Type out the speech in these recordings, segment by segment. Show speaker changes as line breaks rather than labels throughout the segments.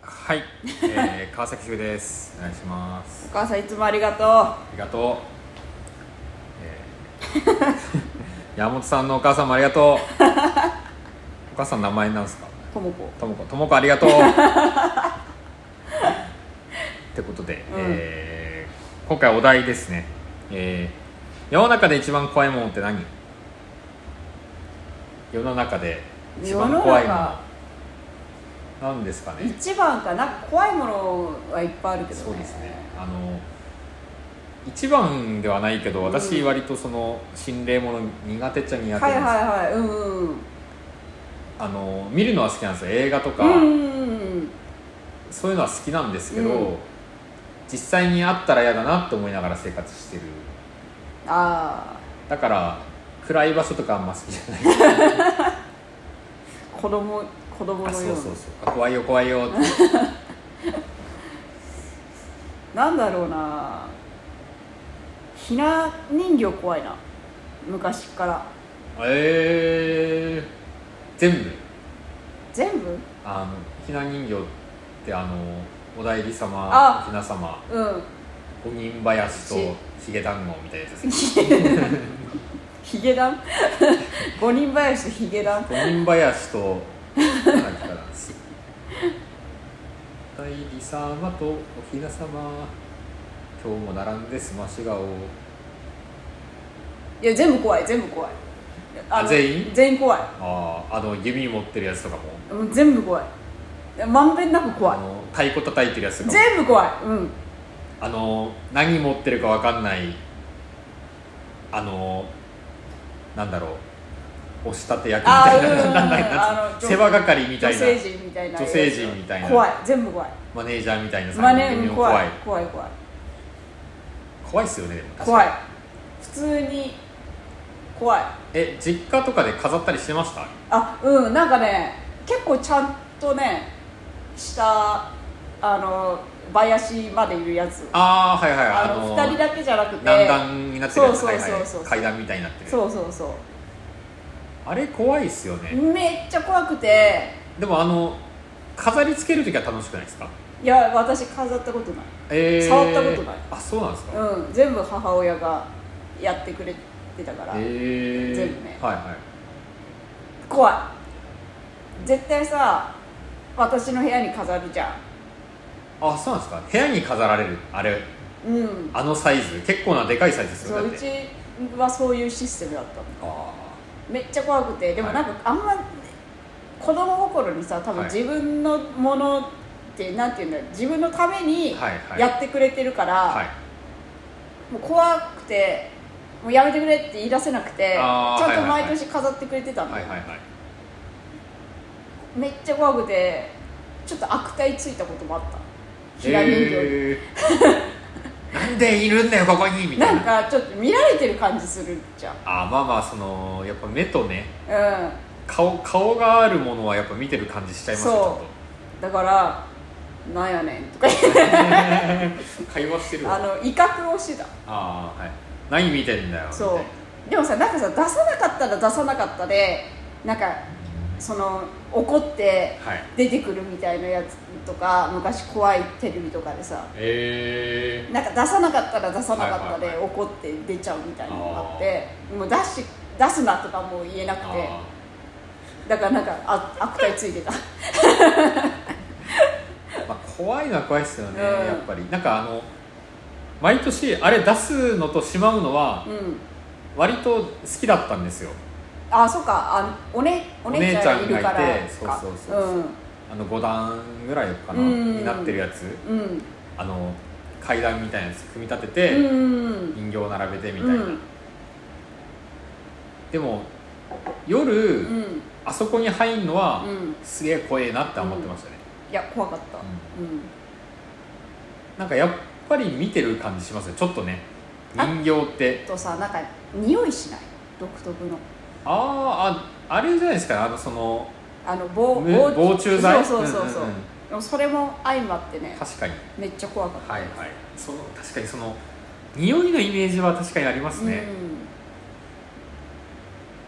はい、えー、川崎修です。お願いします。
お母さんいつもありがと
ありがとう。えー山本さんのお母さんもありがとう。お母さん名前なんですか。
うともこと
もこ、ともこありがとう。ってことで、えー今回お題ですね。えー世の中で一番怖いものって何。世の中で一番怖いも
世の
の
中。
なんですかね。
一番かなんか怖いものはいっぱいあるけどね
そうですねあの一番ではないけど私
うん
割とその心霊もの苦手っちゃ苦手です、
はいはいはいうんうんうん
あの見るのは好きなんですよ映画とか、
うん
そういうのは好きなんですけど、
うん
実際にあったら嫌だなって思いながら生活してる
ああ
だから暗い場所とかあんま好きじゃない
子供子供
あ
の
そう
よ
そうう
な
そうあ怖いよ怖いよって
なんだろうなひな人形怖いな昔から
えー、全部
全部
あのひな人形ってあのお代理様
あ
ひな様
うん
五人林と
し
ヒゲ団子みたいなやつです
ヒゲダン 五人林とヒゲダン
五人林と何だっけかな大理様とおひな様今日も並んで済まし顔
いや全部怖い全部怖い
あ
の
全員
全員怖い
あーあの弓持ってるやつとかも
もう全部怖いいやまんべんなく怖
あ
い
の太鼓叩いてるやつとかも
全部怖いうん
あの何持ってるかわかんないあのなんだろう押し立て役みたいな
あーうん
なんだなん
あ
だ
の
世話係みた
女
いな
性陣みたいな
女性陣みたいな
怖い全部怖い
マネージャーみたいな
真
三人組
似
の
怖い怖い怖い
怖いっすよねでも確かに
怖い普通に怖い
え実家とかで飾ったりしてました
あうんなんかね結構ちゃんとねしたあの林までいるやつ
ああはいはい
あの2人だけじゃなくて
段々になってるやつ
そうそうそうそ
は
う
いはい階段みたいになってる
そうそうそ
あれ怖いっすよ
う
ね
めっちゃ怖くて
でもあの飾りつける時は楽しくないですか
いや私飾ったことない
えー
触ったことない
あそうなんですか、
うん全部母親がやってくれてたから、
えー、
全部ね
はいはい
怖い絶対さ私の部屋に飾るじゃ
あそうなんですか部屋に飾られるあれ
んうん
あのサイズ結構なでかいサイズですよ
そう
だって
うちはそういうシステムだったの
あ
めっちゃ怖くてでもなんかあんま子供心にさ多分
はい
自分のものって、なんていうんだろう自分のために
はいはい
やってくれてるから、
あはい
もう怖くてもうやめてくれって言い出せなくてち
あー
ゃんと
はいはいはい
毎年飾ってくれてたんだ
はい
よ
はいはい
めっちゃ怖くてちょっと悪態ついたこともあったひな人形に、
えーなんでいるんだよここにみたい
な
なん
かちょっと見られてる感じするじゃん
あまあまあそのやっぱ目とね
う
顔顔があるものはやっぱ見てる感じしちゃいますよちょ
そんだから「なんやねん」とか言って
っと会話してるわ
あの威嚇をしてた
ああはい何見てんだよみたいな
そうでもさなんかさ出さなかったら出さなかったでなんかその怒って
はい
出てくるみたいなやつとか昔怖いテレビとかでさ
え
なんか出さなかったら出さなかった
はい
で
はい
怒って出ちゃうみたいなのがあってもう出し出すなとかも言えな
ー、
くて
あ
だからなんかあ悪態ついてた
ーまあ怖いのは怖いですよね、
うん
やっぱりなんかあの毎年あれ出すのとしまうのは
うん
割と好きだったんですよ
あそっかあお,、ね、お姉ちゃんいる
お姉
から
ちゃんがいてそう
か
そうそうそうあの5段ぐらいかな、
うん
になってるやつ
うんうん
あの階段みたいなやつ組み立てて、
うん
人形を並べてみたいな、
うん
でも夜、
うん
あそこに入るのは、
うん
すげえ怖えなって思ってましたね、
いや怖かった
う
うん
なんかやっぱり見てる感じしますねちょっとね
あ
人形って
あとさなんか匂いしない独特の
あーああれじゃないですかあのその
あの防
む防虫剤
そうそうそうそう,、
うんうんう
でもそれも相まってね
確かに
めっちゃ怖かった
はいはいその確かにその匂いのイメージは確かにありますね、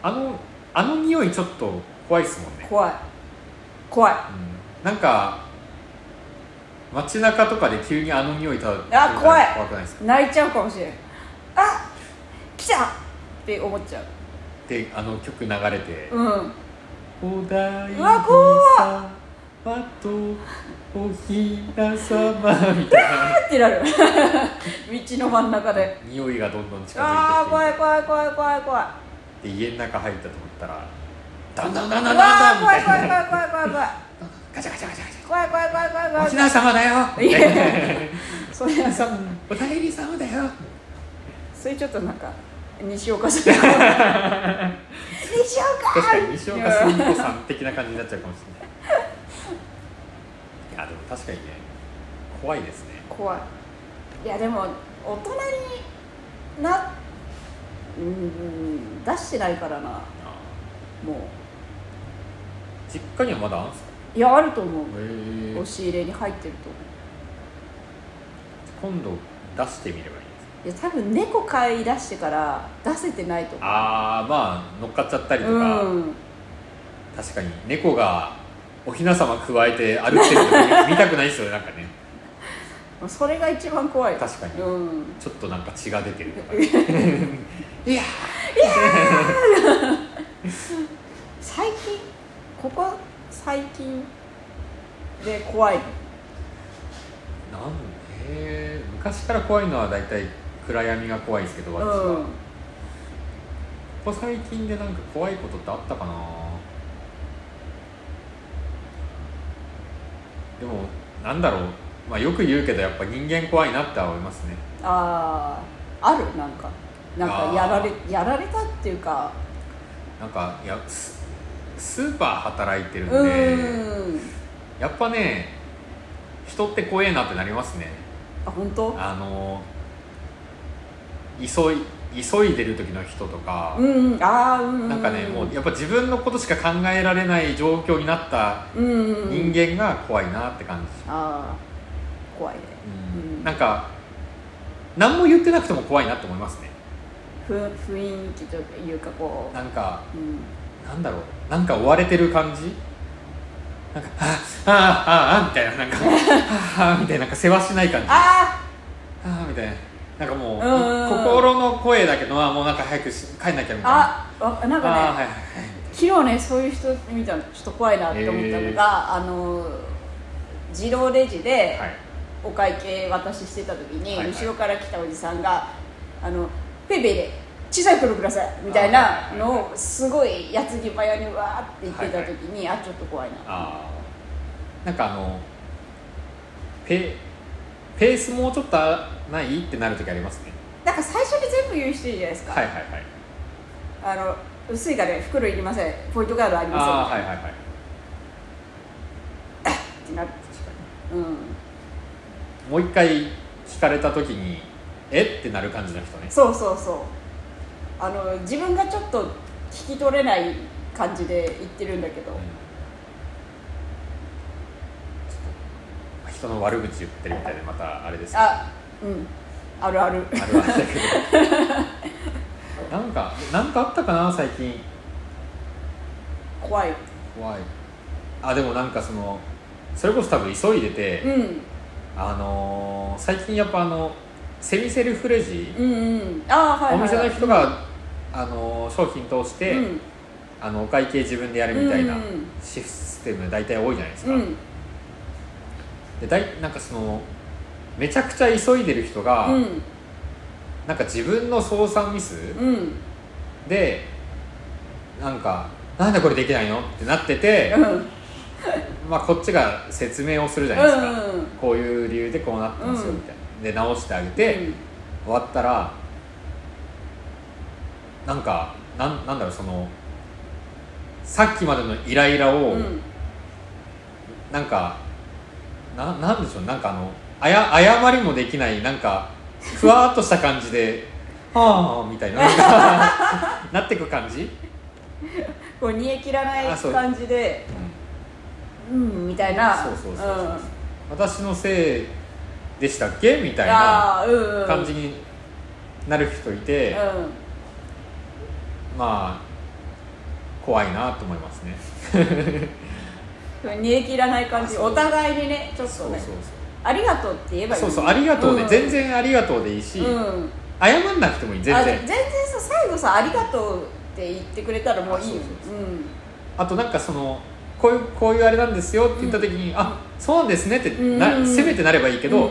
あのあの匂いちょっと怖いですもん
う
ね
ん、怖い怖い
うんなんか街中とかで急にあの匂い漂ってた
あ怖い
怖くないですか
泣いちゃうかもしれんあ来たって思っちゃう
であの曲流れて
うん
「おだいう
わ怖
まとおひなさ ま」みたいな
ってなる 道の真ん中で
匂いがどんどん近づい
あー
て
怖
き
い怖い怖い怖い怖い
てで家の中入ったと思ったら「だんだんだん
う
だ
わ
んだ
ー
んだん」み
怖
た
い怖い
いな
怖い怖い怖い怖い
ガチャガチャガチャガチャ
怖い怖い怖い怖
「
い 怖
お
い
ひなさまだ よ」
いやいや
みたいな
それ
おひなさまおだいり様だよ
それちょっとなんか西岡さん西岡
確かに西岡澄子さん的な感じになっちゃうかもしれないいやでも確かにね怖いですね
怖いいやでも大人になうん出してないからな
あ
も
ー実家にはまだあるんですか
ういやあると思う
へー
押し入れに入ってると思
今度出してみればいいです
ういや多分猫飼い出してから出せてないと思う
ああまあ乗っかっちゃったりと
う
か、
ん
確かに猫がおひなさま加えて歩いてるの見見たくないですよねなんかね
それが一番怖い
確かに
うん
ちょっとなんか血が出てると かいやーいや
最近ここ最近で怖い
なんえー昔から怖いのは大体暗闇が怖いですけど
う
私は、
ん
ここ最近でなんか怖いことってあったかなでもなんだろう、まあ、よく言うけどやっぱ人間怖いなっては思いますね
あああるなんかなんかやられやられたっていうか
なんかいやススーパー働いてるん
う
で、
ーん
やっぱね人って怖えなってなりますね
あ本当
あの急い急いでる時の人とか、
うんうんああうんうん
なんかねもうやっぱ自分のことしか考えられない状況になった
うんうんうん
人間が怖いなって感じ、
ああ怖いね
うん
うん
なんか何も言ってなくても怖いなって思いますね
ふ雰囲気というかこ
なんか
ううん
なんだろうなんか追われてる感じなんかあああああみたいななんかああみたいななんかせわしない感じあ
あ
あみたいななんかもう
うんうんうん
心の声だけどあもうなんか早くし帰んなきゃみたいな
ああわなん
ああ
か
は
ね
いはいはい
昨日ねそういう人見たのちょっと怖いなって思ったの
へー
があの自動レジで
はい
お会計渡ししてた時に、
はいはい
後ろから来たおじさんが「あのペイペイで小さい頃ください」みたいなのをすごいやつぎ早にわーって言ってた時に、あちょっと怖いな
ああなんかあのペペースもうちょっとないってなる時ありますね
なんか最初に全部言う人いるじゃないですか
は
「
いはいはい
あの薄いからね袋いりませんポイントカードありません」
ああはいはいはい
ってな
確
る
かに
うん
もう一回聞かれた時にえってなる感じの人ね
そうそうそうあの自分がちょっと聞き取れない感じで言ってるんだけど、
人の悪口言ってるみたいでまたあれですけど
あうんあるある
あるあるだけどなんかなんかあったかな最近
怖い
怖いあでもなんかそのそれこそ多分急いでて、
うん
あのー最近やっぱあのセミセルフレジ、
うんうんああはい
お
はい、
店
はい、
の人が、あのー商品通して、
うん
あのお会計自分でやるみたいな
うんうん
システム大体多いじゃないですか、
うん
でだいなんかそのめちゃくちゃ急いでる人が、
うん
なんか自分の操作ミス
うん
でなんかなんでこれできないのってなってて、
うん
まあ、こっちが説明をするじゃないですか、
うんうん
こういう理由でこうなってますよみたいな、で直してあげて、終わったらなんかなんなんだろうそのさっきまでのイライラ
う
を、
ん
なんかななんでしょうなんかあのあや謝りもできないなんかふわーっとした感じで 「はあ」みたいな なんかなってく感じ、
こう煮え切らない
あそう
感じでうんみたいな
そうそうそうそう、
ん
私のせいでしたっけみたいな
ああうんうん
感じになる人いて、
うん
まあ怖いなと思いますね
煮え切らない感じ
あそう
お互いにねちょっ
そ
と
うそう
ね
そう
ありがとうって言えばいい
そうそうありがとうで、
ん
全然ありがとうでいいし、
うん
謝んなくてもいい全
あ
然
全然さ最後さ「ありがとう」って言ってくれたらもういいよ
あそう
うん
あとなんかそのこういうこういうあれなんですよって言った時に、あそうなんですねってな、
うん
せめてなればいいけど、
うん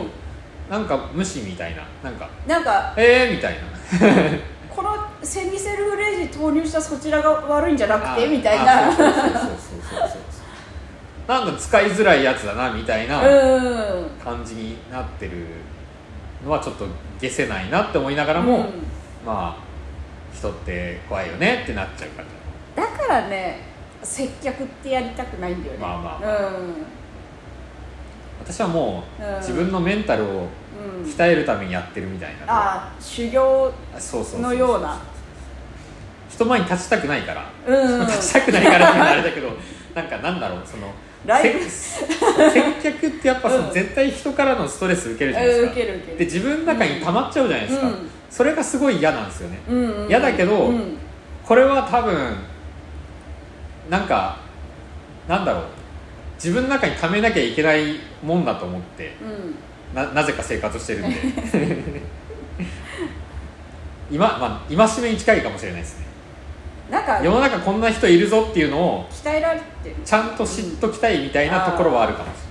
なんか無視みたいななんか
なんか
えーみたいな
このセミセルフレジ投入したそちらが悪いんじゃなく
あ
てみたい
あ
な
そうそうそうそうそうそうそうなんか使いづらいやつだなみたいな
うん
感じになってるのはちょっと消せないなって思いながらも、
うん
まあ人って怖いよねってなっちゃうから
だからね接客ってやりたくないんだよね
まあまあ
うん
私はも
うん
う自分のメンタルを
うん
鍛えるためにやってるみたいな、
ああ修行
そうそうそう
のような
人前に立ちたくないから、
うんうん
立ちたくないからって言われたけど なんかなんだろうその
ライブ
せ接客ってやっぱその、
うん
絶対人からのストレス受けるじゃないですか
受ける受ける
で自分の中に溜まっちゃうじゃないですか、
うん
それがすごい嫌なんですよね、
うんうん
嫌だけど
うん
これは多分なんかなんだろう自分の中に溜めなきゃいけないもんだと思って
うん
ななぜか生活してるんで 今、まあ、戒めに近いかもしれないですね
なんか
世の中こんな人いるぞっていうのを
鍛えられてる
ちゃんと知っときたいみたいなところはあるかもしれない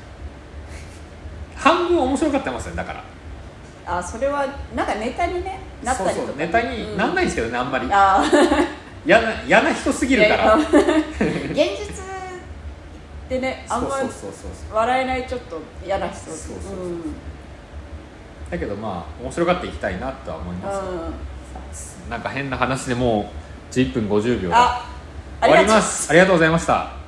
半分面白かったますねだから
あそれはなんかネタにねなっ
そ
た
う
りとか
そ
ね、
うネタになんないんですけどね、あんまり
あー
嫌な嫌な人すぎるか ら
現実でねあんま
そうそうそうそう
笑えないちょっと嫌な人
そうそうそう
うん
だけどまあ面白がっていきたいなとは思います、
うん
なんか変な話でもう11分50秒が
ああ
終わ
り
り
がと
ま
う
すありがとうございました